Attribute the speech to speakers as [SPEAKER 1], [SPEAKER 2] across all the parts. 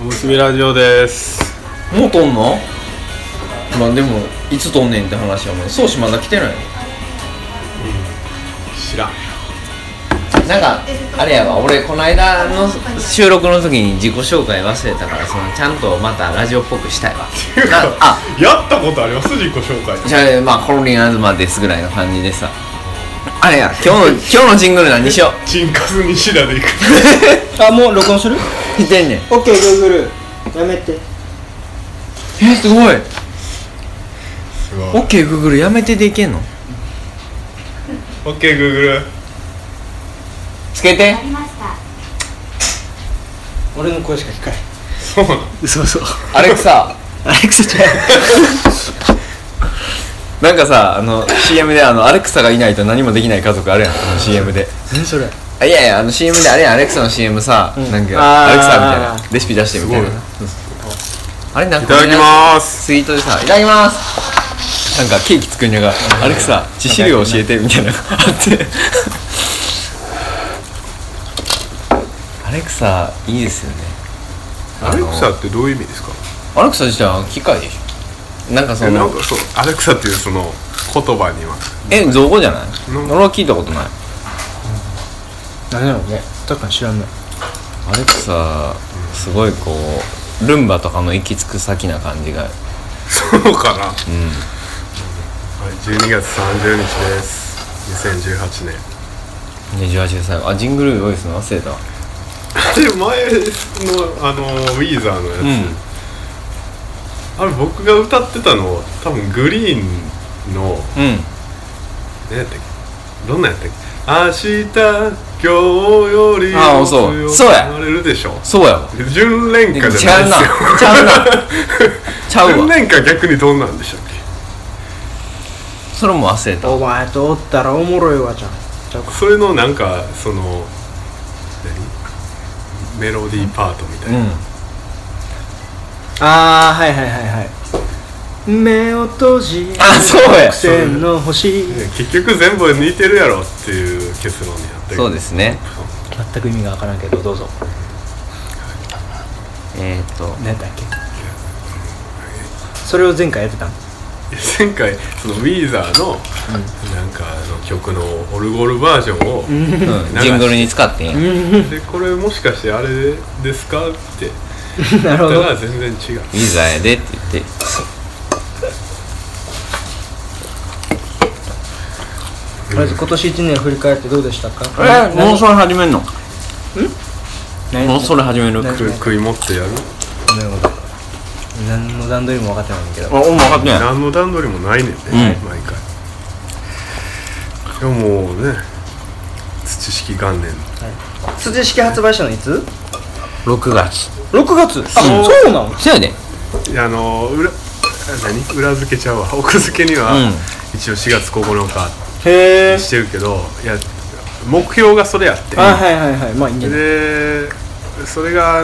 [SPEAKER 1] おむすびラジオです
[SPEAKER 2] もうとんのまあでもいつとんねんって話はもう宗師まだ来てない
[SPEAKER 1] 知らん
[SPEAKER 2] なんかあれやわ俺この間の収録の時に自己紹介忘れたからそのちゃんとまたラジオっぽくしたい わ
[SPEAKER 1] ていう
[SPEAKER 2] な
[SPEAKER 1] か
[SPEAKER 2] あ
[SPEAKER 1] やったことあります自己紹介
[SPEAKER 2] じゃあまあコロリンアズマですぐらいの感じでさあれや今 日の今日のジングル何しよ
[SPEAKER 1] チンカス西田で行く
[SPEAKER 3] あもう録音する
[SPEAKER 2] う来てんねん
[SPEAKER 3] ?OKGoogle やめて
[SPEAKER 2] えすごい
[SPEAKER 1] すごい
[SPEAKER 2] OKGoogle、グーグルやめてでいけんの
[SPEAKER 1] OKGoogle
[SPEAKER 2] つけて
[SPEAKER 3] 俺の声しか聞かない
[SPEAKER 1] そうなの
[SPEAKER 3] そうそう
[SPEAKER 2] アレクサ
[SPEAKER 3] アレクサちゃん
[SPEAKER 2] なんかさあの CM であのアレクサがいないと何もできない家族あるやんあの CM で
[SPEAKER 3] 何それ
[SPEAKER 2] あいやいやあの CM であれやんアレクサの CM さ、なん
[SPEAKER 3] あ
[SPEAKER 2] か
[SPEAKER 3] ー
[SPEAKER 2] アレクサみたいなレシピ出してみたいな
[SPEAKER 1] すごい
[SPEAKER 2] そうそうあれなん
[SPEAKER 1] い
[SPEAKER 2] か
[SPEAKER 1] ただきます
[SPEAKER 2] ツイートでさ「いただきます」なんかケーキ作るのが「アレクサ致死量教えて」みたいなのがあって アレクサいいですよね
[SPEAKER 1] アレクサってどういう意味ですか
[SPEAKER 2] アレクサ自体は機械でしょなんかそ
[SPEAKER 1] えなん
[SPEAKER 2] の
[SPEAKER 1] かそうアレクサっていうその言葉には
[SPEAKER 2] え造語じゃない
[SPEAKER 1] なんか
[SPEAKER 2] 俺は聞いたことない
[SPEAKER 3] 何やろうね確かに知らんない
[SPEAKER 2] アレクサすごいこうルンバとかの行き着く先な感じが
[SPEAKER 1] そうかなうんはい12月30日です2018年
[SPEAKER 2] 28歳あジングル用意するの忘れたわ
[SPEAKER 1] で前のあのウィーザーのやつ、あれ僕が歌ってたの多分グリーンの
[SPEAKER 2] うん
[SPEAKER 1] 何やったっけどんなんやったっけ明日今日より
[SPEAKER 2] ああそう
[SPEAKER 1] 強く
[SPEAKER 2] そうや
[SPEAKER 1] なれるでしょ
[SPEAKER 2] そうやわ
[SPEAKER 1] 純恋
[SPEAKER 2] 違
[SPEAKER 1] 歌
[SPEAKER 2] うな
[SPEAKER 1] じ
[SPEAKER 2] ち
[SPEAKER 1] ゃない ですよ
[SPEAKER 2] ゃうなちゃう
[SPEAKER 1] 純
[SPEAKER 2] わ
[SPEAKER 1] 恋歌逆にどんなんでしたっけ
[SPEAKER 2] それも忘れた
[SPEAKER 3] お前とおったらおもろいわちゃんちゃうか
[SPEAKER 1] それのなんかその何メロディーパートみたいな、
[SPEAKER 2] う
[SPEAKER 3] ああはいはいはいはい目を閉じ
[SPEAKER 2] あそうや
[SPEAKER 3] 苦戦の星
[SPEAKER 1] で結局全部似てるやろっていう結論になって
[SPEAKER 2] ん
[SPEAKER 1] る
[SPEAKER 2] そうですね
[SPEAKER 3] 全く意味がわからんけどどうぞ
[SPEAKER 2] えー、っと
[SPEAKER 3] 何だっけそれを前回やってたん
[SPEAKER 1] 前回そのウィーザーの、なんかあの曲のオルゴールバージョンを、
[SPEAKER 2] うんジングルに使ってんやウ
[SPEAKER 1] でこれもしかしてあれですかって
[SPEAKER 3] なる
[SPEAKER 1] 言っ
[SPEAKER 3] ほど
[SPEAKER 1] たら全然違う
[SPEAKER 2] ィザーやでって言って
[SPEAKER 3] まず今年1年振り返ってどうでしたか
[SPEAKER 2] うそれ始めんの
[SPEAKER 3] 何
[SPEAKER 2] もうそれ始める
[SPEAKER 3] 何
[SPEAKER 1] 食い食い持ってやる
[SPEAKER 3] ごめんごめん何の段取りも分かってないんだけど
[SPEAKER 2] あ、おも分かってない
[SPEAKER 1] 何の段取りもないねんね、
[SPEAKER 2] うん
[SPEAKER 1] 毎回いやもうね土式元年
[SPEAKER 3] 土式発売したのいつ
[SPEAKER 2] 6月
[SPEAKER 3] ?6 月あ、
[SPEAKER 2] うん
[SPEAKER 3] そうなの
[SPEAKER 2] そうやで
[SPEAKER 1] いやあの裏あ何裏付けちゃうわ 奥付けには、
[SPEAKER 2] うん
[SPEAKER 1] 一応4月9
[SPEAKER 3] へ
[SPEAKER 1] 日してるけどいや目標がそれやって
[SPEAKER 3] あ、はいはいはいまあいいんじゃない
[SPEAKER 1] でそれが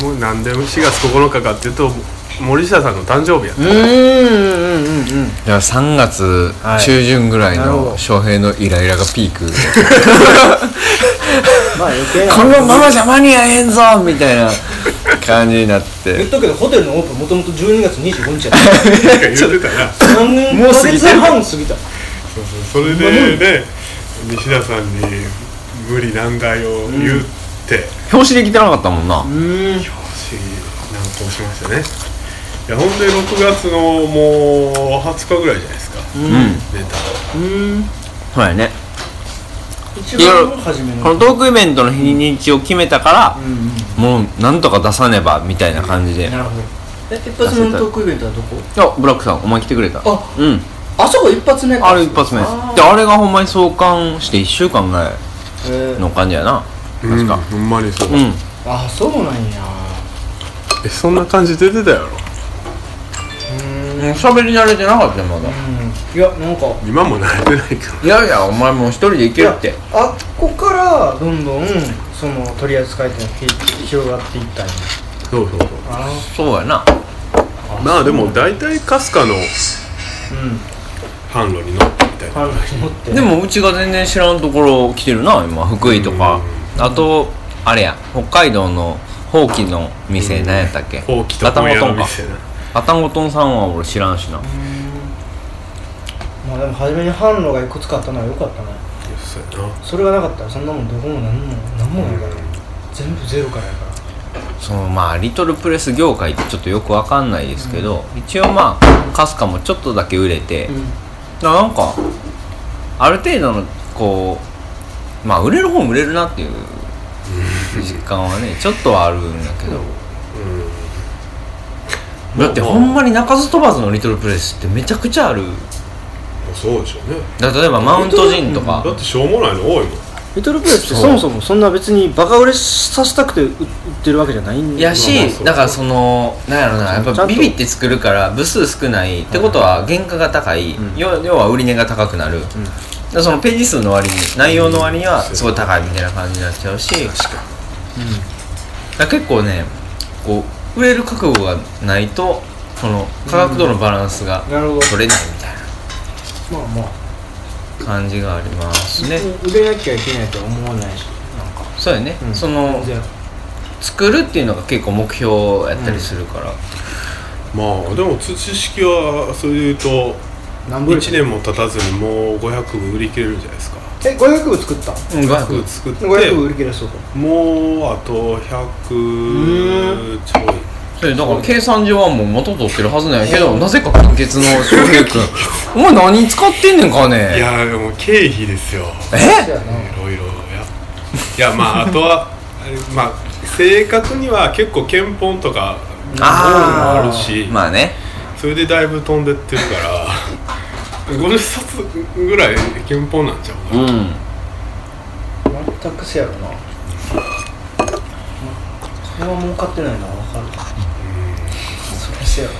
[SPEAKER 1] もう何で4月9日かっていうと森下さんの誕生日やった、
[SPEAKER 3] うーんうんうんうん
[SPEAKER 2] いや3月中旬ぐらい
[SPEAKER 3] はいなるほ
[SPEAKER 2] の
[SPEAKER 3] ど
[SPEAKER 2] 翔平のイライラがピーク
[SPEAKER 3] まあ余計な
[SPEAKER 2] このままじゃ間に合えんぞみたいな感じになっ
[SPEAKER 3] 言ってとくけどホテルのオープンもともと12月25日やった
[SPEAKER 1] なんか言ってたな
[SPEAKER 3] 何年
[SPEAKER 2] もう
[SPEAKER 3] もう
[SPEAKER 2] 過ぎてる
[SPEAKER 3] 半過ぎた
[SPEAKER 1] そうそうそれでね西田さんに無理難題を言って、
[SPEAKER 2] 表紙できてなかったもんな
[SPEAKER 3] うん
[SPEAKER 1] し難航しましたねいやほんで6月のもう20日ぐらいじゃないですか
[SPEAKER 2] うん、
[SPEAKER 1] 出た
[SPEAKER 3] うん
[SPEAKER 2] そうやね
[SPEAKER 3] 一番初め
[SPEAKER 2] こ
[SPEAKER 3] の
[SPEAKER 2] のトークイベントの日にちを決めたから、もうなんとか出さねばみたいな感じで、
[SPEAKER 3] なるほどえ一発目のトークイベントはどこ
[SPEAKER 2] あブラックさんお前来てくれた
[SPEAKER 3] あ
[SPEAKER 2] うん
[SPEAKER 3] あそこ一発目か
[SPEAKER 2] あれ一発目ですであれがほんまに創刊して1週間ぐらい
[SPEAKER 3] へー
[SPEAKER 2] の感じやな確か
[SPEAKER 1] ほんまにそう、
[SPEAKER 2] うん、
[SPEAKER 3] あそうなんや
[SPEAKER 1] えそんな感じ出てたやろ
[SPEAKER 2] うん、喋り慣れてなかったよまだ
[SPEAKER 3] うんいやなんか
[SPEAKER 1] 今も慣れてないけど
[SPEAKER 2] いやいやお前もう一人で行けるって
[SPEAKER 3] あっこからどんどんその取り扱い店が広がっていったんや
[SPEAKER 1] そうそうそう
[SPEAKER 3] あ
[SPEAKER 2] そうやな
[SPEAKER 1] まあでも大体かすかの
[SPEAKER 3] うん
[SPEAKER 1] 販路に乗ってみたいな
[SPEAKER 3] 販路に乗って
[SPEAKER 2] でもうちが全然知らんところ来てるな今福井とかあとあれや北海道のほうきの店何やったっけ
[SPEAKER 1] ほうきと
[SPEAKER 2] ガタ
[SPEAKER 1] 本
[SPEAKER 2] ンゴ
[SPEAKER 1] 屋
[SPEAKER 2] ト
[SPEAKER 1] の
[SPEAKER 2] ンか
[SPEAKER 1] 店な
[SPEAKER 2] ガタンゴトンさんは俺知らんしな
[SPEAKER 3] まあでも初めに販路がいくつかあったのは良かったね
[SPEAKER 1] そうやな
[SPEAKER 3] それがなかったらそんなもんどこも何も何もないからね全部ゼロからやから
[SPEAKER 2] そのまあリトルプレス業界ってちょっとよくわかんないですけど、一応まあかすかもちょっとだけ売れて、ななんかある程度のこうまあ売れる方も売れるなっていう実感はねちょっとはあるんだけど、
[SPEAKER 1] うん
[SPEAKER 2] だってほんまに鳴かず飛ばずのリトルプレスってめちゃくちゃある
[SPEAKER 1] そうでしょうね
[SPEAKER 2] だ例えばマウントジンとか
[SPEAKER 1] だってしょうもないの多いもん
[SPEAKER 3] リトルプレス
[SPEAKER 2] そ
[SPEAKER 3] って
[SPEAKER 2] う
[SPEAKER 3] そもそもそんな別にバカ売れさせたくて売売ってるわけじゃないん
[SPEAKER 2] い
[SPEAKER 1] まあ
[SPEAKER 2] や
[SPEAKER 1] まあ
[SPEAKER 2] し
[SPEAKER 1] そう
[SPEAKER 2] だからそのなんやろなやっ
[SPEAKER 3] ちゃ
[SPEAKER 2] ぱ
[SPEAKER 3] んと
[SPEAKER 2] ビビって作るから部数少ないってことは原価が高い、要要は売り値が高くなる、だからそのページ数の割に内容の割にはすごい高いみたいな感じになっちゃうし、だから結構ねこう売れる覚悟がないとその価格とのバランスが
[SPEAKER 3] なるほど
[SPEAKER 2] 取れないみたい
[SPEAKER 3] まあまあ
[SPEAKER 2] な感じがありますね、
[SPEAKER 3] 売れなきゃいけないとは思わないしなんか
[SPEAKER 2] そうやね、
[SPEAKER 3] うん
[SPEAKER 2] その
[SPEAKER 3] ゼロ
[SPEAKER 2] 作るっていうのが結構目標やったりするから、
[SPEAKER 1] まあでも土式はそれでいうと
[SPEAKER 3] 何部売れた
[SPEAKER 1] 1年も経たずにもう500部売り切れるじゃないですか
[SPEAKER 3] え500部作った
[SPEAKER 2] うん、500
[SPEAKER 1] 500部作って
[SPEAKER 3] 500部売り切れそうか
[SPEAKER 1] もうあと100ちょい
[SPEAKER 2] それだから計算上はもう元取ってるはずなんやけどなぜか金欠 の翔平君お前何使ってんねんか
[SPEAKER 1] い
[SPEAKER 2] ね
[SPEAKER 1] やでも経費ですよ
[SPEAKER 2] え
[SPEAKER 3] そうやない
[SPEAKER 1] ろいろやいやまああとは あれまあ正確には結構憲法とか多い
[SPEAKER 2] あー
[SPEAKER 1] のあるし、
[SPEAKER 2] まあね
[SPEAKER 1] それでだいぶ飛んでってるから 50冊ぐらい憲法なんちゃうかな、
[SPEAKER 2] ん
[SPEAKER 3] 全くせやろなまそれは儲かってないのは分かるそりゃせやろ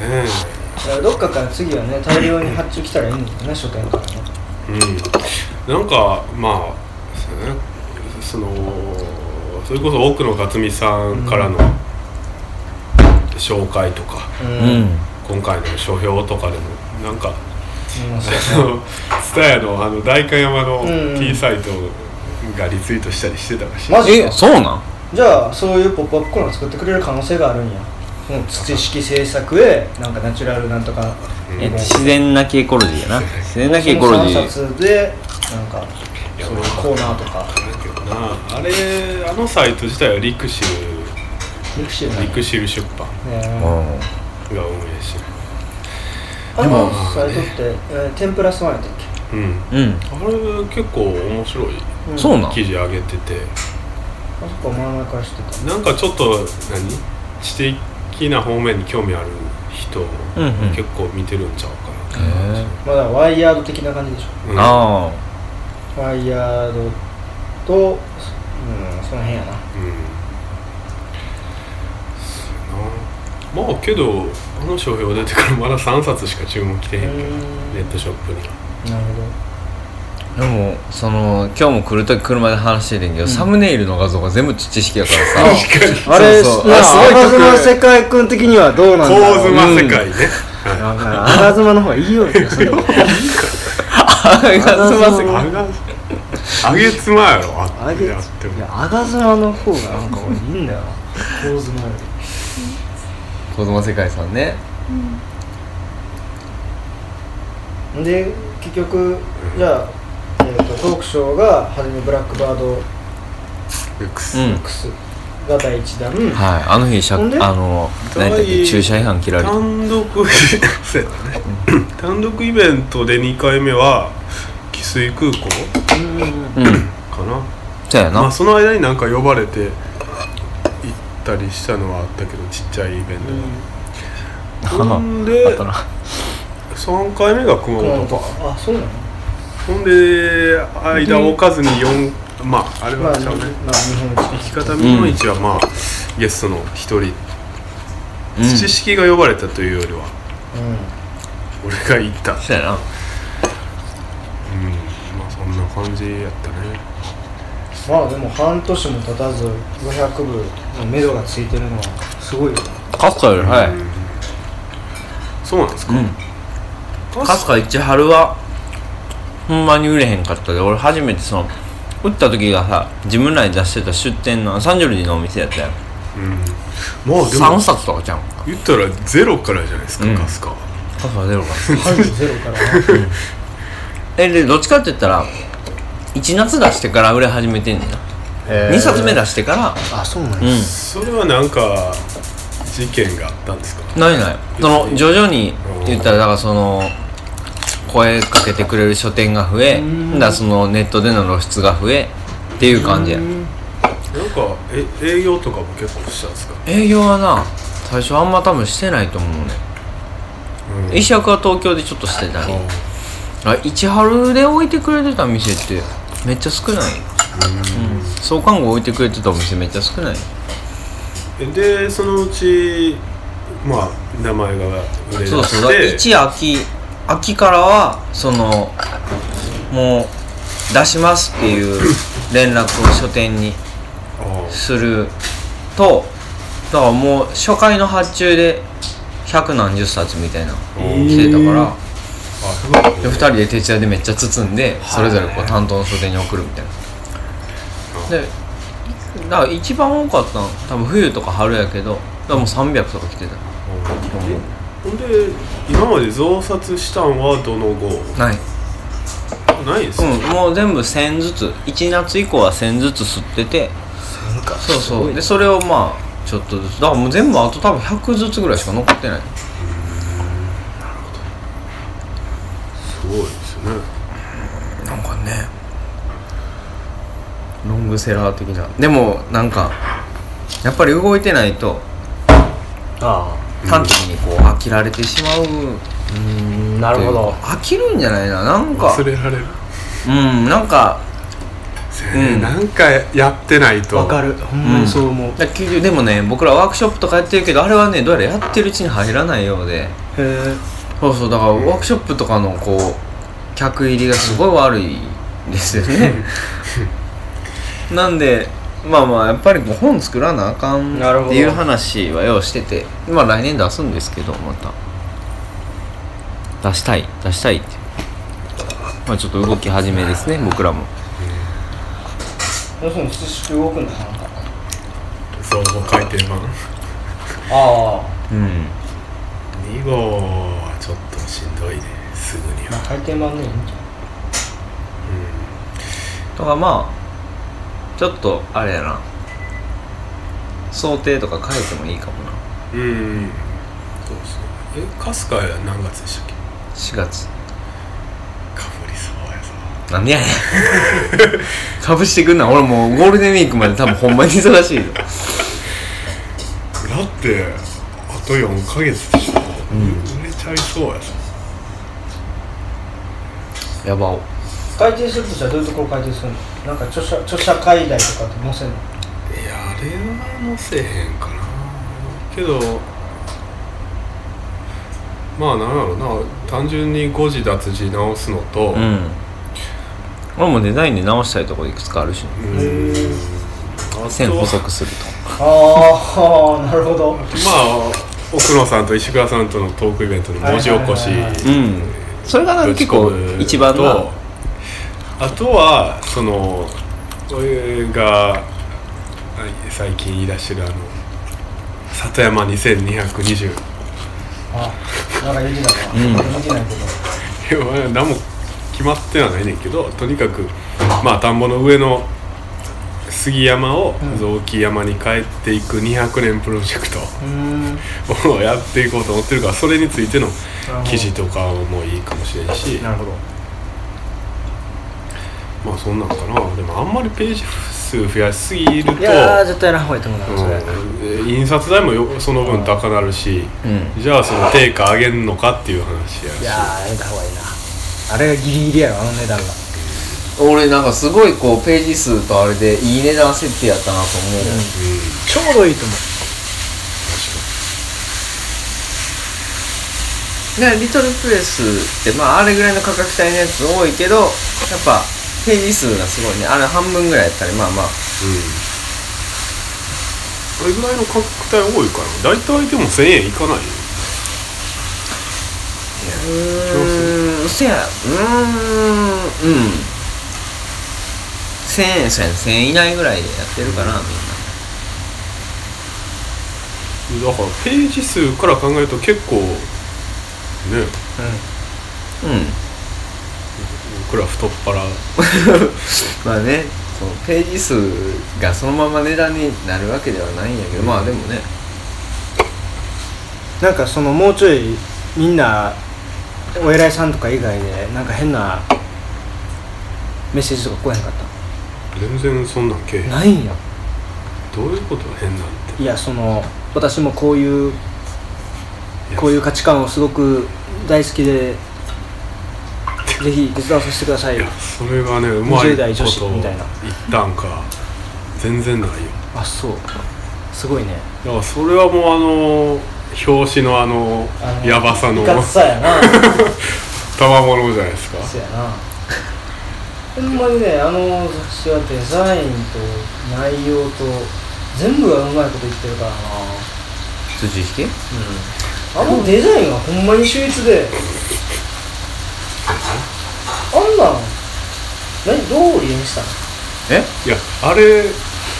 [SPEAKER 1] ね
[SPEAKER 3] だからどっかから次はね大量に発注来たらいいんだよね書店からね
[SPEAKER 1] うん、なんかまあそうねそのそれこそ奥野克実さんからの紹介とか、
[SPEAKER 3] う
[SPEAKER 2] うんん
[SPEAKER 1] 今回の書評とかでもなんか
[SPEAKER 3] うんそう
[SPEAKER 1] あのスタヤのあの代官山の
[SPEAKER 3] うん
[SPEAKER 1] T サイトがリツイートしたりしてたらしい、
[SPEAKER 3] マジ
[SPEAKER 2] え
[SPEAKER 3] か
[SPEAKER 2] そうなん
[SPEAKER 3] じゃあそういうポップアップコーナー作ってくれる可能性があるんやその土式制作へなんかナチュラルなんとか
[SPEAKER 2] え自然なきエコロジーやな自然なきエコ
[SPEAKER 3] そ
[SPEAKER 2] ロ
[SPEAKER 3] の
[SPEAKER 2] ジ
[SPEAKER 3] 3
[SPEAKER 2] ー
[SPEAKER 3] 冊でなんかそういうコーナーとか
[SPEAKER 1] だけどなあれあのサイト自体はリクシ
[SPEAKER 3] ミクシー
[SPEAKER 1] ル
[SPEAKER 3] な
[SPEAKER 1] リ
[SPEAKER 3] い
[SPEAKER 1] クシル出版
[SPEAKER 3] ね
[SPEAKER 2] うん
[SPEAKER 1] が運営して
[SPEAKER 3] あ
[SPEAKER 2] でも
[SPEAKER 3] のサイトってえー天ぷらスワンやったっけ
[SPEAKER 1] るうん
[SPEAKER 2] うん、
[SPEAKER 1] あれ結構面白い
[SPEAKER 2] そうなん
[SPEAKER 1] 記事上げてて
[SPEAKER 3] あそこ前々から知ってた
[SPEAKER 1] なんかちょっと何知的な方面に興味ある人
[SPEAKER 2] うんうん
[SPEAKER 1] 結構見てるんちゃうかな、
[SPEAKER 2] へ
[SPEAKER 3] まあだからワイヤード的な感じでし
[SPEAKER 1] うん
[SPEAKER 2] あ
[SPEAKER 3] ょワイヤードとうんその辺や
[SPEAKER 1] う
[SPEAKER 3] な
[SPEAKER 1] んそうやなまあけどあの書評出てからまだ3冊しか注文来てへん
[SPEAKER 3] う
[SPEAKER 1] け
[SPEAKER 3] ー
[SPEAKER 1] ど
[SPEAKER 3] ん
[SPEAKER 1] ネットショップに
[SPEAKER 3] なるほど
[SPEAKER 2] あでもその今日も来る時車で話しててんけど、サムネイルの画像が全部知識やからさ
[SPEAKER 3] あれ
[SPEAKER 2] そうそう
[SPEAKER 3] な
[SPEAKER 2] あすごい曲
[SPEAKER 3] 吾妻世界君的にはどうなんだろう
[SPEAKER 1] 構図ま世界ね、
[SPEAKER 3] だから吾妻の方がいいよねそれは
[SPEAKER 2] あれがすいません
[SPEAKER 1] あがあげつまやろあって
[SPEAKER 3] あげいや
[SPEAKER 1] やっても
[SPEAKER 3] 吾妻の方がなんか俺いいんだよ構図も
[SPEAKER 2] 子供世界さんね
[SPEAKER 3] で結局じゃあ、えー、とトークショーが初めブラックバード
[SPEAKER 1] X
[SPEAKER 2] うん
[SPEAKER 3] X が第一弾、
[SPEAKER 2] はい、あの日しゃあ
[SPEAKER 3] ほんで
[SPEAKER 2] の何やったっけ駐車違反切られた
[SPEAKER 1] 単独そうやったね単独イベントで2回目は汽水空港
[SPEAKER 3] うん
[SPEAKER 2] うん
[SPEAKER 1] かな
[SPEAKER 2] そうや
[SPEAKER 1] ま
[SPEAKER 2] な
[SPEAKER 1] あその間になんか呼ばれて行ったりしたのはあったけどちっちゃいイベントが、 ほんで
[SPEAKER 2] あったな
[SPEAKER 1] 3回目が熊本か
[SPEAKER 3] あそうなの
[SPEAKER 1] ほんで間を置かずに4まああれ
[SPEAKER 3] まあ
[SPEAKER 1] は
[SPEAKER 3] 日
[SPEAKER 1] ちゃ
[SPEAKER 3] 本
[SPEAKER 1] うね生
[SPEAKER 3] 一
[SPEAKER 1] き方見本市はまあ、ゲストの一人
[SPEAKER 2] うん
[SPEAKER 1] 土式が呼ばれたというよりは
[SPEAKER 3] うん
[SPEAKER 1] 俺が行った
[SPEAKER 2] そうやな
[SPEAKER 1] うんまあそんな感じやったね
[SPEAKER 3] まあでも半年も経たず500部の目処がついてるのはすごいよ
[SPEAKER 2] カスカより早
[SPEAKER 1] う
[SPEAKER 2] い
[SPEAKER 1] んそうなんですか、
[SPEAKER 2] うんカスカ一春はほんまに売れへんかったで俺初めてその打った時がさ自分らに出してた出店のサンジョルディのお店やったよ
[SPEAKER 1] まあで
[SPEAKER 2] 3
[SPEAKER 1] も
[SPEAKER 2] 冊とかちゃうん
[SPEAKER 1] 言ったらゼロからじゃないですか、
[SPEAKER 2] うん
[SPEAKER 1] カスカは
[SPEAKER 2] カスはゼロか
[SPEAKER 3] 半分ゼロからな
[SPEAKER 2] えでどっちかって言ったら1夏出してから売れ始めてんねんな2冊目出してから
[SPEAKER 4] あそうなん
[SPEAKER 2] う
[SPEAKER 4] や
[SPEAKER 2] ん
[SPEAKER 1] それはなんか事件があったんですか
[SPEAKER 2] ないないその徐々に
[SPEAKER 1] うん
[SPEAKER 2] 言ったらだからその声かけてくれる書店が増えだからそのネットでの露出が増えっていう感じや
[SPEAKER 1] なんかえ営業とかも結構したんですか
[SPEAKER 2] 営業はな最初あんま多分してないと思うね
[SPEAKER 1] うん
[SPEAKER 2] 石役は東京でちょっとしてたり
[SPEAKER 1] あ
[SPEAKER 2] あ市春で置いてくれてた店ってめっちゃ少ないうん創刊号置いてくれてたお店めっちゃ少ない
[SPEAKER 1] でそのうちまあ名前が売れ出
[SPEAKER 2] そうそう
[SPEAKER 1] して
[SPEAKER 2] 一秋秋からはそのもう出しますっていう連絡を書店に
[SPEAKER 1] あ
[SPEAKER 2] するとだからもう初回の発注で百何十冊みたいな来てたから、
[SPEAKER 1] ああ
[SPEAKER 2] で2人で手伝いでめっちゃ包んでそれぞれこう担当の書店に送るみたいなでだから一番多かったの多分冬とか春やけどだからもう300とか来てた
[SPEAKER 1] ほんで今まで増刷したんはどの号
[SPEAKER 2] ない
[SPEAKER 1] ないです
[SPEAKER 2] うんもう全部1000ずつ1夏以降は1000ずつ吸ってて
[SPEAKER 4] 1000か
[SPEAKER 2] そうそうでそれをまあちょっとずつだからもう全部あと多分100ずつぐらいしか残ってない
[SPEAKER 1] すごいですね
[SPEAKER 2] なんかねロングセラー的なでもなんかやっぱり動いてないと
[SPEAKER 4] あ
[SPEAKER 2] 端的にこう飽きられてしまう
[SPEAKER 4] あうんな
[SPEAKER 2] な
[SPEAKER 4] るほど
[SPEAKER 2] 飽きるんじゃないななんか
[SPEAKER 1] 忘れられる
[SPEAKER 2] うんなんか
[SPEAKER 1] せ
[SPEAKER 2] うん
[SPEAKER 1] なんかやってないと
[SPEAKER 3] わかるほんまにそう思う、へ
[SPEAKER 2] だ結局でもね僕らワークショップとかやってるけどあれはねどうやらやってるうちに入らないようで
[SPEAKER 3] え
[SPEAKER 2] そうそうだからワークショップとかのこう客入りがすごい悪いですよね なんでまあまあやっぱりもう本作らなあかん
[SPEAKER 3] なるほど
[SPEAKER 2] っていう話はようしててまあ来年出すんですけどまた出したい出したいってまあちょっと動き始めですね僕らも
[SPEAKER 3] 要するに寿司って動くんだなんか
[SPEAKER 1] そう回転版
[SPEAKER 3] あ
[SPEAKER 2] うん
[SPEAKER 1] 2号はちょっとしんどいねすぐに
[SPEAKER 3] あまあ
[SPEAKER 1] は
[SPEAKER 3] 回転版ねいいんじ
[SPEAKER 2] だからまあちょっとあれやな想定とか変えてもいいかもな
[SPEAKER 1] うん、うん、そうですねえカスカや何月でしたっけ
[SPEAKER 2] 4月
[SPEAKER 1] かぶりそうやぞ
[SPEAKER 2] なんでやねん かぶしてくんな俺もうゴールデンウィークまで多分ほんまに忙しいよ
[SPEAKER 1] だってあと4ヶ月でしょ、売れちゃいそうやぞ
[SPEAKER 2] やばお
[SPEAKER 3] ゃん回転するとしたらどういうところ回転するのなんか著者著者解題とかって載せん
[SPEAKER 1] い
[SPEAKER 3] の
[SPEAKER 1] やあれは載せへんかなけどまあなんやろな単純に誤字脱字直すのと、
[SPEAKER 2] うん俺もデザインで直したいとこいくつかあるしね
[SPEAKER 1] うんあと
[SPEAKER 2] 線細くする
[SPEAKER 3] ああなるほど
[SPEAKER 1] まあ奥野さんと石倉さんとのトークイベントの文字起こし
[SPEAKER 3] はいはいはい
[SPEAKER 2] とうんそれがなんか結構一番
[SPEAKER 1] と
[SPEAKER 2] の
[SPEAKER 1] あとはその俺があ最近言い出してるあの里山2220
[SPEAKER 3] あなんか言ってたな、
[SPEAKER 2] ん
[SPEAKER 3] 言ってないけど
[SPEAKER 1] いやまあ何も決まってはないねんけどとにかくまあ田んぼの上の杉山を雑木山に帰っていく200年プロジェク
[SPEAKER 3] うーん
[SPEAKER 1] トを やっていこうと思ってるからそれについての記事とかもいいかもしれんし
[SPEAKER 4] なるほど
[SPEAKER 1] まあそんなんかなでもあんまりページ数増やしすぎると
[SPEAKER 3] いやー絶対やらん方がいいと思うなそれ、
[SPEAKER 1] うん印刷代もよその分高なるし
[SPEAKER 2] うん
[SPEAKER 1] じゃあその定価上げんのかっていう話やし
[SPEAKER 3] いやーやめた方がいいなあれがギリギリやろあの値段が
[SPEAKER 2] 俺なんかすごいこうページ数とあれでいい値段設定やったなと思う、
[SPEAKER 3] ちょうどいいと思う
[SPEAKER 2] ね、リトルプレスって、まあ、あれぐらいの価格帯のやつ多いけど、やっぱ、ページ数がすごいね。あれ半分ぐらいやったり、まあまあ。
[SPEAKER 1] うん、どれぐらいの価格帯多いかな大体でも1000円いかないよ
[SPEAKER 2] うーん、せや、うーん、うん。 1000円そうやん1000円以内ぐらいでやってるから、みんな
[SPEAKER 1] だからページ数から考えると結構ね
[SPEAKER 2] うん
[SPEAKER 1] 僕ら太っ腹
[SPEAKER 2] まあねそのページ数がそのまま値段になるわけではないんやけどまあでもね
[SPEAKER 3] なんかそのもうちょいみんなお偉いさんとか以外でなんか変なメッセージとか来へんかっ
[SPEAKER 1] 全然そんなんけえへ
[SPEAKER 3] た
[SPEAKER 1] ん
[SPEAKER 3] ないんや
[SPEAKER 1] どういうこと変なんて
[SPEAKER 3] いやその私もこういう
[SPEAKER 1] いや
[SPEAKER 3] こういう価値観をすごく大好きでぜひ手伝わさせてください
[SPEAKER 1] いやそれがねうまい
[SPEAKER 3] 20代
[SPEAKER 1] こ
[SPEAKER 3] 女子
[SPEAKER 1] と言
[SPEAKER 3] み
[SPEAKER 1] った
[SPEAKER 3] いなん
[SPEAKER 1] か全然ないよ
[SPEAKER 3] あそうすごいね
[SPEAKER 1] だからそれはもうあの表紙のあのやばさの
[SPEAKER 3] いかつさ やな
[SPEAKER 1] 賜物じゃないですか
[SPEAKER 3] そうやなほんまにねあの雑誌はデザインと内容と全部がうまいこと言ってるからな
[SPEAKER 2] 辻引き
[SPEAKER 3] あのデザインはほんまに秀逸であんなん何どう利用したの
[SPEAKER 2] え
[SPEAKER 1] いやあれ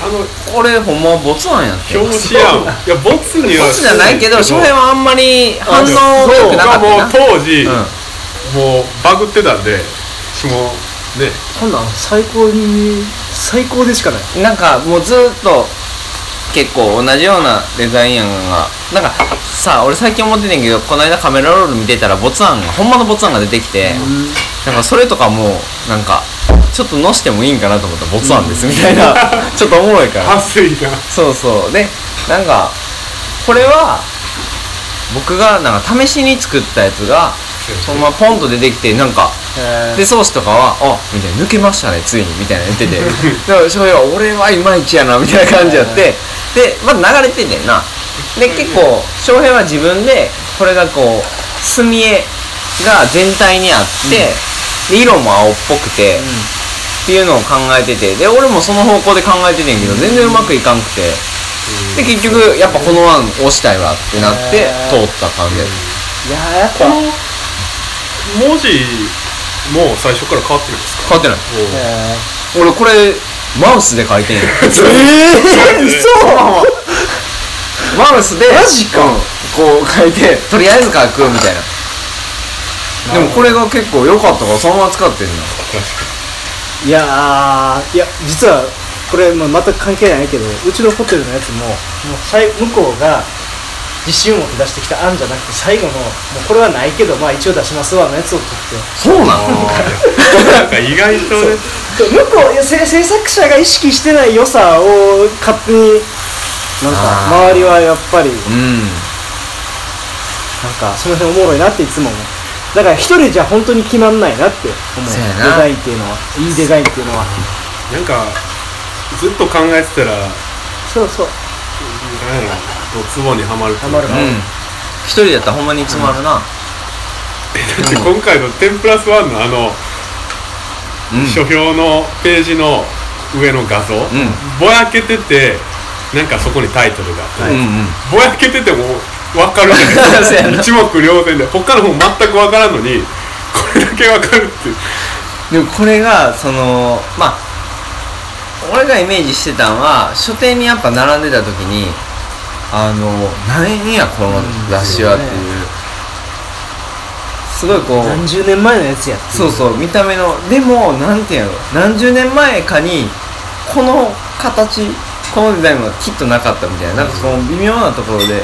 [SPEAKER 1] あの
[SPEAKER 2] これほんまはボツなんやって
[SPEAKER 1] 表紙やんいやボツには
[SPEAKER 2] ボツじゃないけど翔平はあんまり反応
[SPEAKER 1] そう
[SPEAKER 2] 良くな
[SPEAKER 1] が
[SPEAKER 2] かっ
[SPEAKER 1] もう
[SPEAKER 2] たな
[SPEAKER 1] 当時、
[SPEAKER 2] うん
[SPEAKER 1] もうバグってたんで私もね
[SPEAKER 3] こんなん最高に最高でしかない
[SPEAKER 2] なんかもうずーっと結構同じようなデザイン案がなんかさ俺最近思っててんけどこの間カメラロール見てたらボツ案がほんまのボツ案が出てきて、なんかそれとかもうなんかちょっとのしてもいいんかなと思ったらボツ案ですみたいな、 ちょっとおもろいから
[SPEAKER 1] 熱いな
[SPEAKER 2] そうそうでなんかこれは僕がなんか試しに作ったやつがそのままポンと出てきてなんかでソースとかは「あみたいな「抜けましたねついに」みたいな言 っててだから醤油は「俺はいまいちやな」みたいな感じやってでまあ流れてんねんなで結構翔平は自分でこれがこう墨絵が全体にあって、で色も青っぽくて、っていうのを考えててで俺もその方向で考えててんけど全然うまくいかんくてで結局やっぱこの案押したいわってなって
[SPEAKER 3] へー
[SPEAKER 2] 通った感じや
[SPEAKER 3] いやーやっ
[SPEAKER 1] こ
[SPEAKER 3] ぱ、
[SPEAKER 1] の文字も最初から変わってるんですか
[SPEAKER 2] 変わってない
[SPEAKER 1] おう
[SPEAKER 3] え
[SPEAKER 2] 俺これマウスで書いてん やえ
[SPEAKER 1] え嘘
[SPEAKER 2] マウスでマジか、うんこう書いてとりあえず書くみたいなでもこれが結構良かったからそのまま使ってんな
[SPEAKER 3] ーいやーいや実はこれ、まあ、全く関係ないけどうちのホテルのやつももう最向こうが自信を持って出してきた案じゃなくて最後のもうこれはないけどまあ一応出しますわのやつを
[SPEAKER 2] そう
[SPEAKER 3] 取っ
[SPEAKER 2] なの
[SPEAKER 1] なんか意外とね
[SPEAKER 3] て向こういや制制作者が意識してない良さを勝手になん
[SPEAKER 2] あー
[SPEAKER 3] か周りはやっぱり
[SPEAKER 2] うん
[SPEAKER 3] なんかその辺おもろいなっていつも思うだから一人じゃ本当に決まんないなって思う
[SPEAKER 2] そ
[SPEAKER 3] デ
[SPEAKER 2] うやな
[SPEAKER 3] ザインっていうのはいいデザインっていうのは
[SPEAKER 1] なんかずっと考えてたら
[SPEAKER 3] そうそう
[SPEAKER 1] なんやろこうツボにはまるというか
[SPEAKER 3] はまる
[SPEAKER 2] うん一人だったらほんまにつまるな
[SPEAKER 1] だって今回の「10プラス1」のあの
[SPEAKER 2] うん
[SPEAKER 1] 書評のページの上の画像、
[SPEAKER 2] ん
[SPEAKER 1] ぼやけててなんかそこにタイトルがあって、
[SPEAKER 2] うんうん
[SPEAKER 1] ぼやけてても分かるじゃないです
[SPEAKER 2] そうやな
[SPEAKER 1] か一目瞭然で他のも全く分からんのにこれだけ分かるっていう
[SPEAKER 2] でもこれがそのまあ俺がイメージしてたんは書店にやっぱ並んでた時にあの何やこの雑誌はっていう、すごいこう
[SPEAKER 3] 何十年前のやつやって
[SPEAKER 2] そうそう見た目のでもなんていうの何十年前かにこの形このデザインはきっとなかったみたいななんかその微妙なところで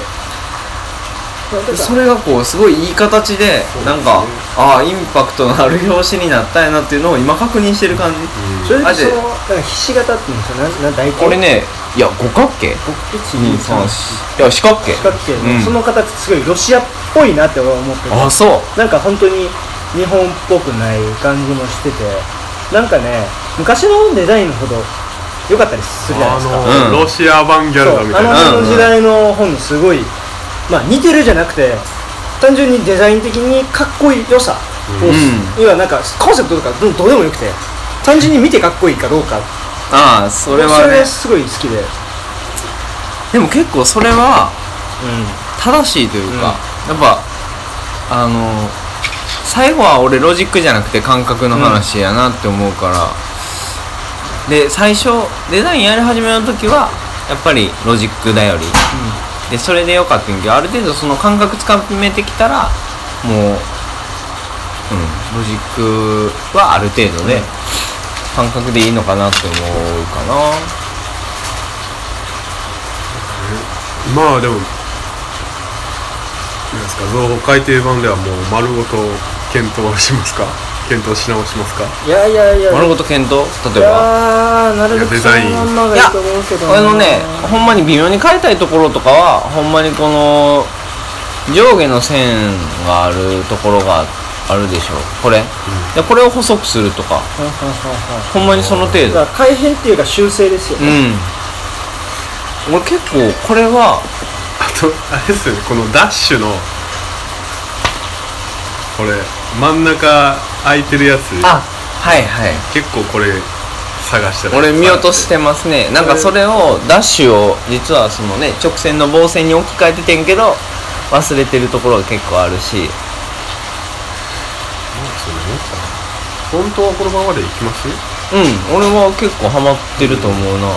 [SPEAKER 2] それがこうすごいいい形でなんかああインパクトのある表紙になったんやなっていうのを今確認してる感じ、
[SPEAKER 3] それで
[SPEAKER 2] マジ
[SPEAKER 3] そのだからひし形っていうんですよなな大体
[SPEAKER 2] これねいや五角形
[SPEAKER 3] 123
[SPEAKER 2] いや四角形
[SPEAKER 3] 四角形の、
[SPEAKER 2] うん
[SPEAKER 3] その形すごいロシアっぽいなって俺は思ってる
[SPEAKER 2] あそう
[SPEAKER 3] なんか本当に日本っぽくない感じもしててなんかね昔のデザインほど良かったりするじゃないですか
[SPEAKER 1] あの、
[SPEAKER 2] うん
[SPEAKER 1] ロシア版ギャルだみたいな
[SPEAKER 2] う
[SPEAKER 3] あの時代の本すごい、まあ、似てるじゃなくて単純にデザイン的にかっこいい良さを、
[SPEAKER 2] うん
[SPEAKER 3] 要はなんかコンセプトとかどどうでもよくて単純に見てかっこいいかどうか
[SPEAKER 2] ああそれは
[SPEAKER 3] それ
[SPEAKER 2] ね
[SPEAKER 3] がすごい好きで、
[SPEAKER 2] でも結構それは正しいというか、やっぱあの最後は俺ロジックじゃなくて感覚の話やなって思うから、で最初デザインやり始めの時はやっぱりロジックだより、でそれでよかったんやけどある程度その感覚つかめてきたらもう、うん、ロジックはある程度で、感覚でいいのかなって思うかな
[SPEAKER 1] まあでもなんですか増法改訂版ではもう丸ごと検討しますか検討し直しますか
[SPEAKER 3] いやいやいや
[SPEAKER 2] 丸ごと検討
[SPEAKER 3] い
[SPEAKER 2] 例えば
[SPEAKER 3] やーなるべ
[SPEAKER 1] いやデ
[SPEAKER 3] くそ
[SPEAKER 1] ザイン
[SPEAKER 3] のまんまがいいと思うけどな
[SPEAKER 2] あのねほんまに微妙に変えたいところとかはほんまにこの上下の線があるところがあるでしょこれ、でこれを細くするとか
[SPEAKER 3] はんはんはんはん
[SPEAKER 2] ほんまにその程
[SPEAKER 3] だ
[SPEAKER 2] 度
[SPEAKER 3] から改変っていうか修正ですよ
[SPEAKER 2] う
[SPEAKER 3] ね、
[SPEAKER 2] ん俺結構これは
[SPEAKER 1] あとあれですよねこのダッシュのこれ真ん中空いてるやつ
[SPEAKER 2] あはいはい
[SPEAKER 1] 結構これ探したら
[SPEAKER 2] 俺見落としてますねなんかそれをダッシュを実はそのね直線の棒線に置き換えててんけど忘れてるところが結構あるし
[SPEAKER 1] 本当はこのままでいきます
[SPEAKER 2] うん俺は結構ハマってると思うな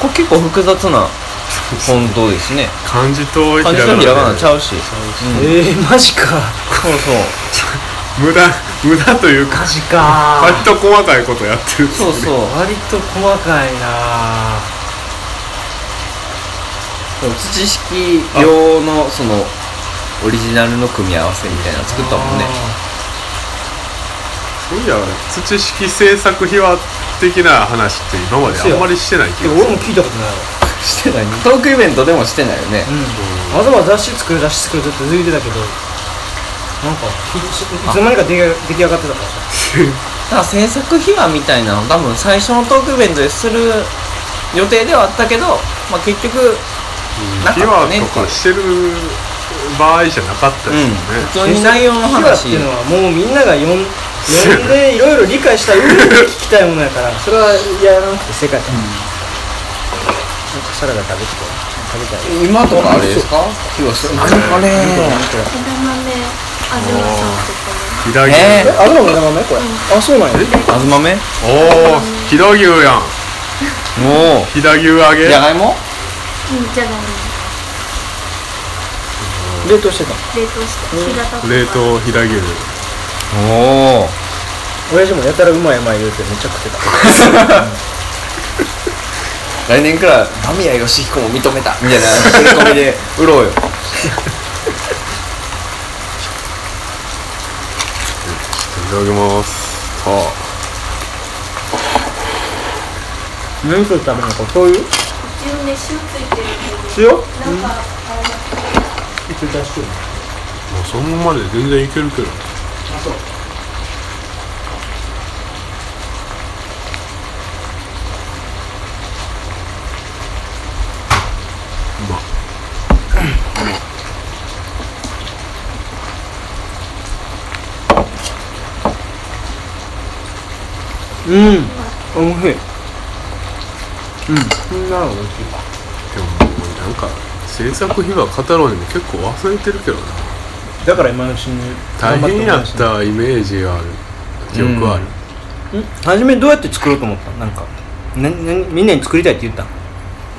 [SPEAKER 2] これ結構複雑なフォントですね
[SPEAKER 1] 漢字とひら
[SPEAKER 2] 漢字
[SPEAKER 1] がな
[SPEAKER 2] とひらがなちゃ
[SPEAKER 1] う
[SPEAKER 2] うし
[SPEAKER 3] えー、マジか
[SPEAKER 2] そうそう
[SPEAKER 1] 無駄無駄というか
[SPEAKER 3] マジか
[SPEAKER 1] 割と細かいことやってるんですよ
[SPEAKER 2] そ
[SPEAKER 1] ね
[SPEAKER 2] うそう
[SPEAKER 3] 割と細かいな
[SPEAKER 2] でも土式用のそのオリジナルの組み合わせみたいなの作ったもんね
[SPEAKER 1] そういや土式制作秘話的な話って今まであんまりしてない気
[SPEAKER 3] で
[SPEAKER 1] が
[SPEAKER 3] も
[SPEAKER 1] す
[SPEAKER 3] 俺
[SPEAKER 1] る
[SPEAKER 3] も聞いたことないわ
[SPEAKER 2] してないトークイベントでもしてないよね
[SPEAKER 3] うんわざわざ雑誌作る雑誌作るって続いてたけどなんかいついつの間にか出来出来上がってたか
[SPEAKER 2] だから
[SPEAKER 3] らさ
[SPEAKER 2] 制作秘話みたいなの多分最初のトークイベントでする予定ではあったけど、まあ、結局 な
[SPEAKER 1] 秘
[SPEAKER 2] かったね
[SPEAKER 1] 話とかしてる場合じゃなかったですよね、
[SPEAKER 2] うん普通に内容の話
[SPEAKER 3] 秘話っていうのはもうみんなが読ん読んでいろいろ理解した上で聞きたいものやからそれはやらなくて正解だ、なんかサラダ食べて食べたい
[SPEAKER 2] 今とかあれですか秘話してなんかね
[SPEAKER 5] 枝豆味のさんとかね
[SPEAKER 1] 飛騨牛、
[SPEAKER 2] え
[SPEAKER 3] え、あるの枝豆これ、あ、そうなんや
[SPEAKER 2] あずまめも
[SPEAKER 1] おお飛騨牛やん
[SPEAKER 2] う
[SPEAKER 1] 飛騨牛揚げ
[SPEAKER 2] じゃがいも
[SPEAKER 5] うんじゃがいも
[SPEAKER 3] 冷凍してた
[SPEAKER 5] 冷凍して日が経
[SPEAKER 1] 冷
[SPEAKER 5] つ
[SPEAKER 1] 凍飛騨牛
[SPEAKER 2] おお
[SPEAKER 3] 親父もやたらうまいうまい言うてめっちゃ食ってた
[SPEAKER 2] 来年からダミヤヨシヒコも認めたみたいな振り込みで売ろう
[SPEAKER 1] い
[SPEAKER 2] よ
[SPEAKER 1] ただきますさあ
[SPEAKER 3] 何するためのこれ醤油
[SPEAKER 5] 一応ね塩ついてるけ
[SPEAKER 3] 塩
[SPEAKER 5] どなんかあれだ
[SPEAKER 3] 一応出してる
[SPEAKER 1] もうそのままで全然いけるけどで
[SPEAKER 3] うんおいしいうんなるほど
[SPEAKER 1] ももうなんか制作秘話語ろうにも結構忘れてるけどな
[SPEAKER 3] だから今のうちに
[SPEAKER 1] 大変や
[SPEAKER 3] 頑張
[SPEAKER 1] っ
[SPEAKER 3] もら
[SPEAKER 1] たイメージがある記憶はある、
[SPEAKER 3] うしいん初めどうやって作ろうと思ったなんかななみんなに作りたいって言った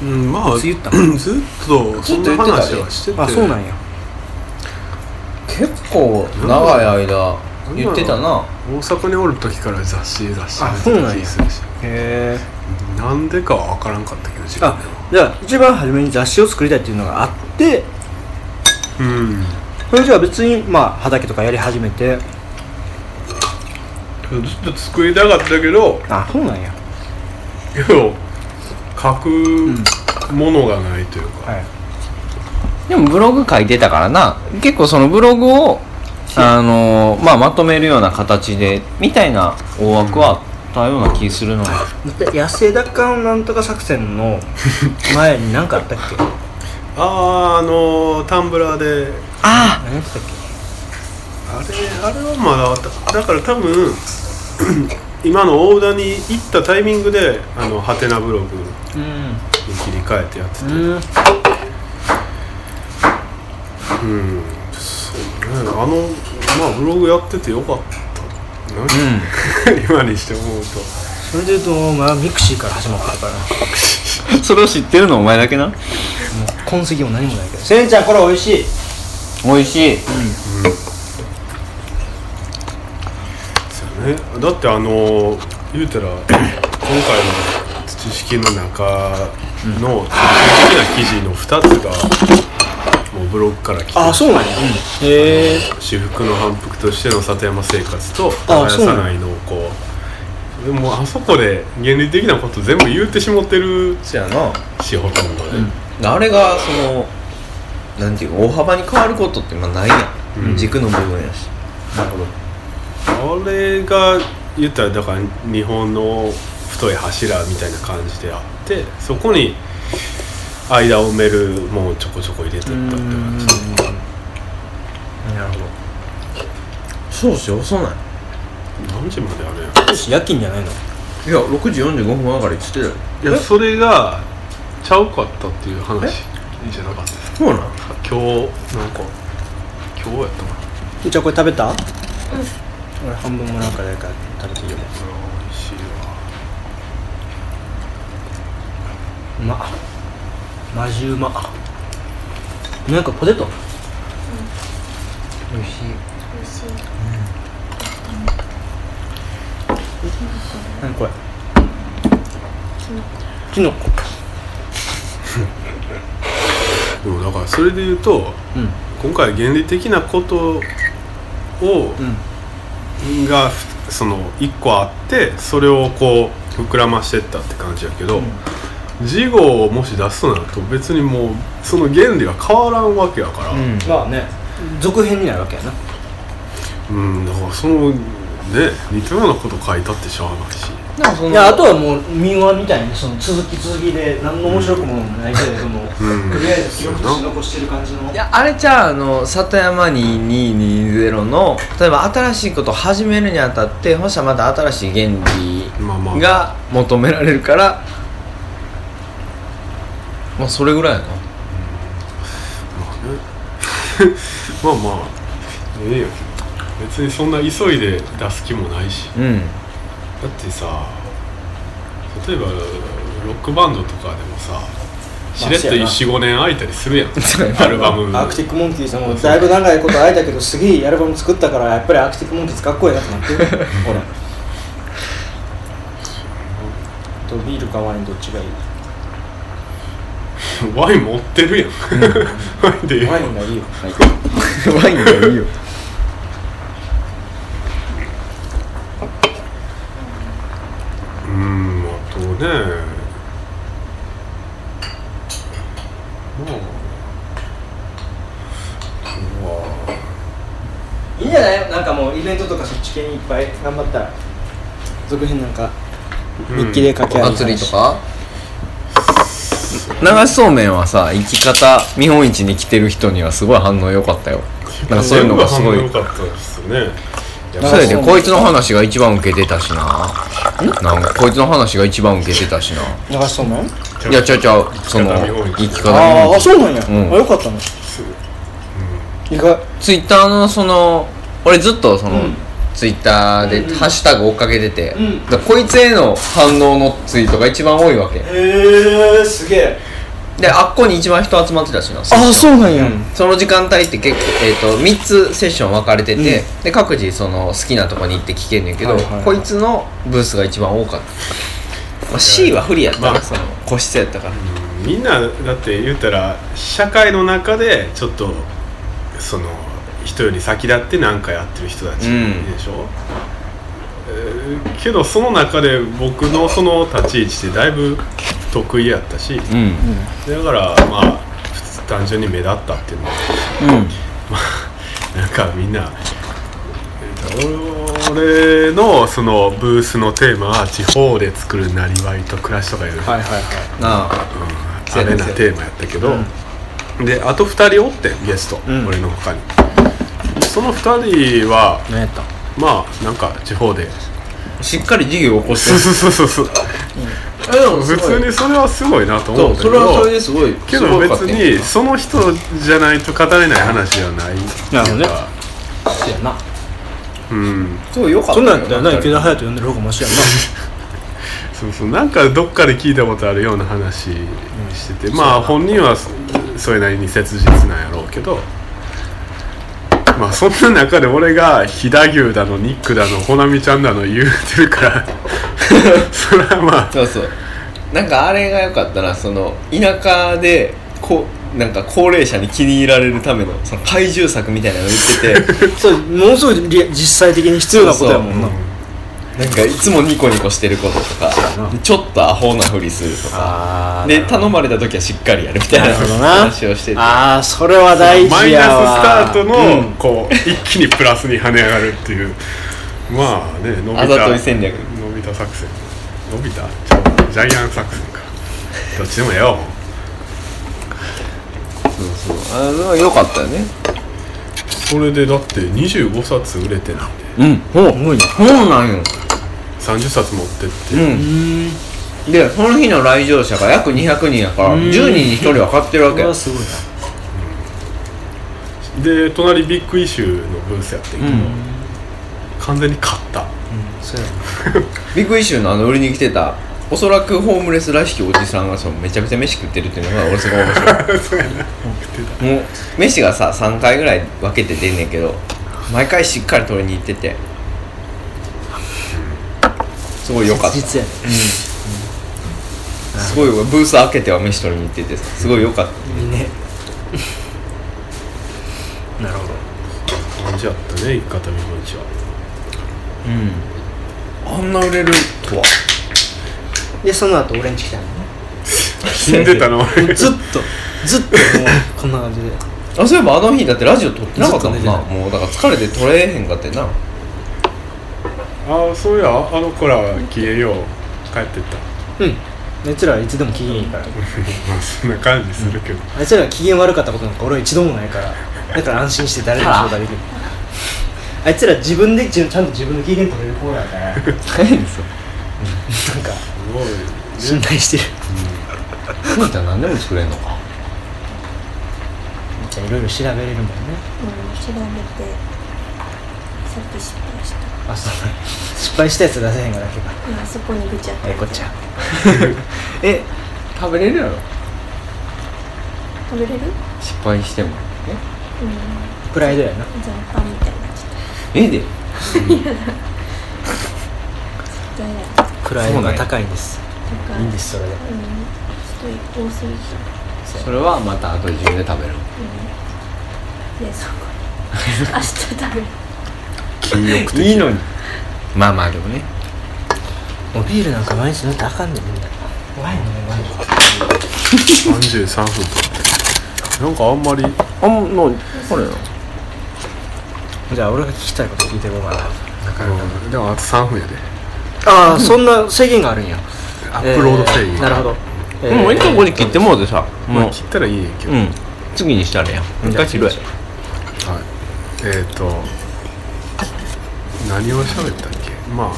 [SPEAKER 1] うんまあ
[SPEAKER 3] いつ
[SPEAKER 1] ず
[SPEAKER 3] 言
[SPEAKER 1] っ
[SPEAKER 3] った
[SPEAKER 1] とそんな話はしてて
[SPEAKER 3] あそうなんや
[SPEAKER 2] 結構長い間言ってたな
[SPEAKER 1] 大阪におる時から雑誌雑誌
[SPEAKER 3] あそうなんや
[SPEAKER 1] 気するし
[SPEAKER 3] へえ
[SPEAKER 1] なんでかは分からんかったけど自分
[SPEAKER 3] あ
[SPEAKER 1] では
[SPEAKER 3] じゃあ一番初めに雑誌を作りたいっていうのがあって
[SPEAKER 1] うん
[SPEAKER 3] それじゃあ別にまあ畑とかやり始めて
[SPEAKER 1] ずっと作りたかったけど
[SPEAKER 3] あそうなんや
[SPEAKER 1] けど書くものがないというか、
[SPEAKER 3] はい
[SPEAKER 2] でもブログ書いてたからな結構そのブログをあのまあ、まとめるような形でみたいな大枠はあったような気す るの、
[SPEAKER 3] だって野生奪還なんとか作戦の前に何かあったっけ
[SPEAKER 1] あああのータンブラーで
[SPEAKER 2] あ
[SPEAKER 3] 何やってたっけ
[SPEAKER 1] あれあれはまだただから多分 今の大田に行ったタイミングであのハテナブログに
[SPEAKER 3] うん
[SPEAKER 1] 切り替えてやってて
[SPEAKER 3] うん
[SPEAKER 1] うんそうねあのまあブログやっててよかったな、
[SPEAKER 2] うん
[SPEAKER 1] 今にして思うと
[SPEAKER 3] それで言うと、まあ、ミクシーから始まったからも
[SPEAKER 2] それを知ってるのお前だけな
[SPEAKER 3] う痕跡も何もないけどせんちゃんこれ美味しい
[SPEAKER 2] 美味しい
[SPEAKER 1] そうやねだってあの言うたら今回の知識の中の知識的な記事の2つがもうブログから来て
[SPEAKER 3] あそうなんや、へえ
[SPEAKER 1] 私服の反復としての里山生活と
[SPEAKER 3] あ
[SPEAKER 1] 耕さないのをこうでもあそこで原理的なこと全部言うてしもってる
[SPEAKER 2] そやな
[SPEAKER 1] しほとんどで、
[SPEAKER 2] あれがそのなんていうか大幅に変わることってまあないやん、
[SPEAKER 1] うん
[SPEAKER 2] 軸の部分やし
[SPEAKER 1] あれが言ったらだから日本の太い柱みたいな感じであってそこに間を埋めるもうちょこちょこ入れてったって感じ
[SPEAKER 2] なるほどそうっすよ遅ない
[SPEAKER 1] 何時まであれ
[SPEAKER 3] 少し夜勤じゃないの
[SPEAKER 2] いや6時45分上がりっつってたよ
[SPEAKER 1] いやそれがちゃうかったっていう話じゃなかったです
[SPEAKER 2] そうなん
[SPEAKER 1] か今日なんか今日やったかな
[SPEAKER 3] じゃあこれ食べたうん俺半分もなんか誰か食べていいよ
[SPEAKER 1] これは美味しいわ
[SPEAKER 3] うまっマジうまっなんかポテト美味しい
[SPEAKER 5] 美味しい
[SPEAKER 3] 何これキノコ
[SPEAKER 1] でもだからそれで言うと
[SPEAKER 3] うん
[SPEAKER 1] 今回原理的なことを、
[SPEAKER 3] ん
[SPEAKER 1] がふその1個あってそれをこう膨らましてったって感じやけど、事後をもし出すとなると別にもうその原理が変わらんわけやから、
[SPEAKER 2] うん
[SPEAKER 3] まあね続編になるわけやな
[SPEAKER 1] うんだからそのね似たようなこと書いたってしゃあないし
[SPEAKER 3] いやあとはもう民話みたいにその続き続きで何の面白くもないけれども、
[SPEAKER 1] うん
[SPEAKER 3] とりあえず記録として残してる感じの
[SPEAKER 2] いやあれじゃああの里山2220の例えば新しいことを始めるにあたって本社また新しい原
[SPEAKER 1] まあまあ
[SPEAKER 2] 理が求められるからまあそれぐらいやな
[SPEAKER 1] まあまあええやけど別にそんな急いで出す気もないし
[SPEAKER 2] うん
[SPEAKER 1] だってさ例えばロックバンドとかでもさしれっと
[SPEAKER 3] そうやな
[SPEAKER 1] 45年空いたりするやん
[SPEAKER 2] そうや
[SPEAKER 1] アルバム
[SPEAKER 3] アクティックモンキーさんもだいぶ長いこと会えたけどすげえアルバム作ったからやっぱりアクティックモンキーズかっこいいなってな ってる俺とビールかワインどっちがいい
[SPEAKER 1] ワイン持ってるやん、ワインで言えば
[SPEAKER 3] ワインがいいよ、
[SPEAKER 2] ワインがいいよ
[SPEAKER 1] うんあとねまあ
[SPEAKER 3] い、いんじゃないなんかもうイベントとかそっち系にいっぱい頑張ったら続編なんか
[SPEAKER 1] う
[SPEAKER 3] 日記で書き上げ
[SPEAKER 2] 祭りとか流しそうめんはさ生き方見本市に来てる人にはすごい反応良かったよなんかそういうのがすごい
[SPEAKER 1] 全部反応良かったですね
[SPEAKER 3] 流し
[SPEAKER 2] そうやで
[SPEAKER 3] そうめん
[SPEAKER 2] こいつの話が一番受けてたしななんかこいつの話が一番受けてたしな
[SPEAKER 3] 流しそうめん
[SPEAKER 2] いやちゃうちゃうその
[SPEAKER 1] 生き方見本
[SPEAKER 2] 生
[SPEAKER 1] 市
[SPEAKER 2] き方
[SPEAKER 3] あーあ
[SPEAKER 2] 見
[SPEAKER 3] そうなんや、
[SPEAKER 2] うん
[SPEAKER 3] あよかったね意外
[SPEAKER 2] ツイッターのその俺ずっとその、ツイッターでハッシュタグ追っかけてて、
[SPEAKER 3] ん
[SPEAKER 2] だからこいつへの反応のツイートが一番多いわけ
[SPEAKER 3] へえー、すげえ
[SPEAKER 2] であっこに一番人集まってたしな
[SPEAKER 3] ああそうなんや、
[SPEAKER 2] その時間帯って結構、えー、と3つセッション分かれてて、で各自その好きなとこに行って聞けんねんけど、
[SPEAKER 3] はいはいはい
[SPEAKER 2] こいつのブースが一番多かった、まあ、C は不利やったな、
[SPEAKER 1] まあ
[SPEAKER 2] その個室やったから
[SPEAKER 1] みんなだって言うたら社会の中でちょっとその人より先立って何かやってる人たち
[SPEAKER 2] うん
[SPEAKER 1] でしょ、えーけどその中で僕のその立ち位置ってだいぶ得意やったしだ
[SPEAKER 2] うんうん
[SPEAKER 1] からまあ普通単純に目立ったっていうのはなんかみんな俺俺のそのブースのテーマは地方で作るなりわいと暮らしとかいう
[SPEAKER 3] はいはいはい
[SPEAKER 2] なあ
[SPEAKER 1] あれなテーマやったけど、であと2人おってんゲスト、
[SPEAKER 3] うん
[SPEAKER 1] 俺のほかにその2人は
[SPEAKER 3] 何やった
[SPEAKER 1] まあなんか地方で
[SPEAKER 2] しっかり授業を起こ
[SPEAKER 1] そう
[SPEAKER 2] して
[SPEAKER 1] そうそうそう
[SPEAKER 2] るでも
[SPEAKER 1] 普通にそれはすごいなと思
[SPEAKER 2] そ
[SPEAKER 1] う
[SPEAKER 2] うん
[SPEAKER 1] だ
[SPEAKER 2] それはそ
[SPEAKER 1] けど
[SPEAKER 2] れですごい
[SPEAKER 1] け
[SPEAKER 2] す
[SPEAKER 1] ど
[SPEAKER 2] ごい
[SPEAKER 1] 別
[SPEAKER 2] かって
[SPEAKER 1] にその人じゃないと語れない話ではない
[SPEAKER 3] なるほどね
[SPEAKER 1] なんか
[SPEAKER 3] そうやな
[SPEAKER 1] うん
[SPEAKER 2] すごい良かった
[SPEAKER 3] そんなんやったらな
[SPEAKER 2] なんか
[SPEAKER 3] 池田隼人呼んでる方がマシやんな
[SPEAKER 1] そうそうなんかどっかで聞いたことあるような話してて、まあ本人はそそれなりに切実なんやろうけどまあそんな中で俺が飛騨牛だのニックだのほなみちゃんだの言うてるからそれはまあ
[SPEAKER 2] そうそうなんかあれが良かったなその田舎でこうなんか高齢者に気に入られるためのその怪獣作みたいなの売ってて
[SPEAKER 3] そうものすごいリア実際的に必要なことやもんな
[SPEAKER 2] なんかいつもニコニコしてることとかでちょっとアホなふりするとか
[SPEAKER 4] あ
[SPEAKER 2] で頼まれた時はしっかりやるみたいな
[SPEAKER 3] なるほどな
[SPEAKER 2] 話をしてて
[SPEAKER 3] ああそれは大
[SPEAKER 1] マ
[SPEAKER 3] 事
[SPEAKER 1] イナ
[SPEAKER 3] やわ
[SPEAKER 1] ススタートの、
[SPEAKER 3] うん
[SPEAKER 1] こう一気にプラスに跳ね上がるっていうまあね伸び
[SPEAKER 2] あざとい
[SPEAKER 1] た
[SPEAKER 2] 戦略
[SPEAKER 1] 伸びた作戦伸びたちょジャイアン作戦かどっちでもええよ
[SPEAKER 2] そうそうあれは良かったよね
[SPEAKER 1] それでだって25冊売れてなんで
[SPEAKER 2] うん
[SPEAKER 3] お無理な
[SPEAKER 2] そうなんよ
[SPEAKER 1] 30冊持ってって、
[SPEAKER 2] うんでその日の来場者が約200人やから10人に1人は買ってるわ
[SPEAKER 3] こ
[SPEAKER 2] け
[SPEAKER 3] れ
[SPEAKER 2] よ
[SPEAKER 3] はすごいな
[SPEAKER 1] で隣ビッグイシューのブースやってんけど、完全に買った
[SPEAKER 3] そうや
[SPEAKER 2] ビッグイシューのあの売りに来てたおそらくホームレスらしきおじさんがそのめちゃくちゃ飯食ってるっていうのが俺すごい面白い もう飯がさ3回ぐらい分けて出んねんけど毎回しっかり取りに行っててすごい良かった
[SPEAKER 3] 実やね
[SPEAKER 2] すごいブース開けては飯取りに行っててすごい良かった
[SPEAKER 3] いいね
[SPEAKER 1] 感じやったね一方見本市は
[SPEAKER 2] あんな売れるとは
[SPEAKER 3] でその後俺んち来たのね
[SPEAKER 1] 死んでたの 俺
[SPEAKER 3] ずっとずっともうこんな感じで
[SPEAKER 2] あそういえばあの日だってラジオ撮ってなかったもん
[SPEAKER 3] ずっ
[SPEAKER 2] な
[SPEAKER 3] と
[SPEAKER 2] もうだから疲れて撮れへんかってな
[SPEAKER 1] ああそういやあの子ら消えよう帰ってった
[SPEAKER 3] うんあいつらはいつでも機嫌いいから
[SPEAKER 1] まあそんな感じするけど、
[SPEAKER 3] あいつらが機嫌悪かったことなんか俺は一度もないからだから安心して誰にも相談できるあいつら自分でちゃんと自分の機嫌取れる方だからなんか
[SPEAKER 2] 大変ですよ
[SPEAKER 1] すごい
[SPEAKER 3] 信頼し てる
[SPEAKER 2] ふーちゃん何でも作れんのか
[SPEAKER 3] じゃあいろいろ調べれるもんね
[SPEAKER 5] 調べてさっき失敗した
[SPEAKER 3] あそうなんや失敗したやつ出せへんがだけか
[SPEAKER 5] 今そこにぐちゃっ
[SPEAKER 3] え
[SPEAKER 5] て
[SPEAKER 3] こっちゃん
[SPEAKER 2] え食べれるやろ
[SPEAKER 5] 食べれるうん
[SPEAKER 2] 失敗しても
[SPEAKER 3] プライドやな
[SPEAKER 5] 残飯みたいになっちゃっ
[SPEAKER 2] ええで
[SPEAKER 5] たどうやら
[SPEAKER 3] プライドが高いんです
[SPEAKER 5] 高
[SPEAKER 3] い
[SPEAKER 5] い
[SPEAKER 3] い
[SPEAKER 5] うんん
[SPEAKER 3] で
[SPEAKER 5] ち
[SPEAKER 3] すそれで
[SPEAKER 5] ょっと多すぎた
[SPEAKER 2] それはまた後で自分で食べる
[SPEAKER 5] 冷蔵庫に明日食べる
[SPEAKER 1] 禁欲的
[SPEAKER 2] いいのにまあまあでもね
[SPEAKER 3] もうビールなんか毎日飲んであかんねんみんなワイン飲めワイン
[SPEAKER 1] 33分なんかあんまり
[SPEAKER 2] あもうのこれよ
[SPEAKER 3] じゃあ俺が聞きたいこと聞いてこうかな
[SPEAKER 1] でもあと3分やで
[SPEAKER 3] ああそんな制限があるんや
[SPEAKER 1] アップロード制
[SPEAKER 3] え
[SPEAKER 1] 限、
[SPEAKER 3] ーなるほどえー
[SPEAKER 2] もう一回これ切ってもうでさ
[SPEAKER 1] ま
[SPEAKER 2] も
[SPEAKER 1] あ
[SPEAKER 2] う
[SPEAKER 1] 切ったらいいねんけど、
[SPEAKER 2] うん次にしたらやん一回切るや
[SPEAKER 1] はいえっ、ー、と何を喋ったっけまあ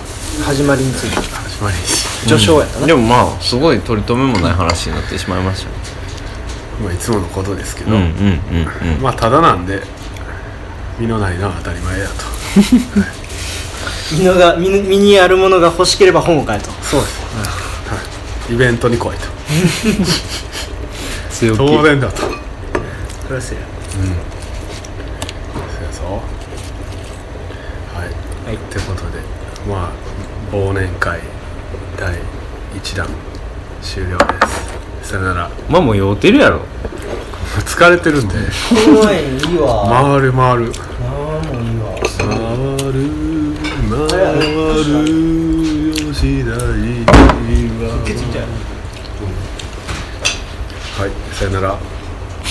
[SPEAKER 3] 始まりについて
[SPEAKER 1] 始まりし、
[SPEAKER 3] 序章やったな
[SPEAKER 2] でもまあすごい取り留めもない話になってしまいましたね
[SPEAKER 1] まあ、いつものことですけ
[SPEAKER 2] う
[SPEAKER 1] ど、
[SPEAKER 2] んうんうんうん
[SPEAKER 1] まあただなんで身のないのは当たり前だと
[SPEAKER 3] 身のが身の身にあるものが欲しければ本を買えと
[SPEAKER 1] そうです、はい、イベントに来いと
[SPEAKER 2] 強
[SPEAKER 1] 当然だとそう
[SPEAKER 3] それせや
[SPEAKER 1] やぞはい、
[SPEAKER 3] はい
[SPEAKER 1] ってことでまあ忘年会第1弾終了ですさよなら
[SPEAKER 2] まあもう酔うてるやろ
[SPEAKER 1] 疲れてるんで
[SPEAKER 3] 怖いいいわ
[SPEAKER 1] 回る回る
[SPEAKER 3] あーもういいわ
[SPEAKER 1] 回る回る吉田いいわ
[SPEAKER 3] 血みたい
[SPEAKER 1] はいさよなら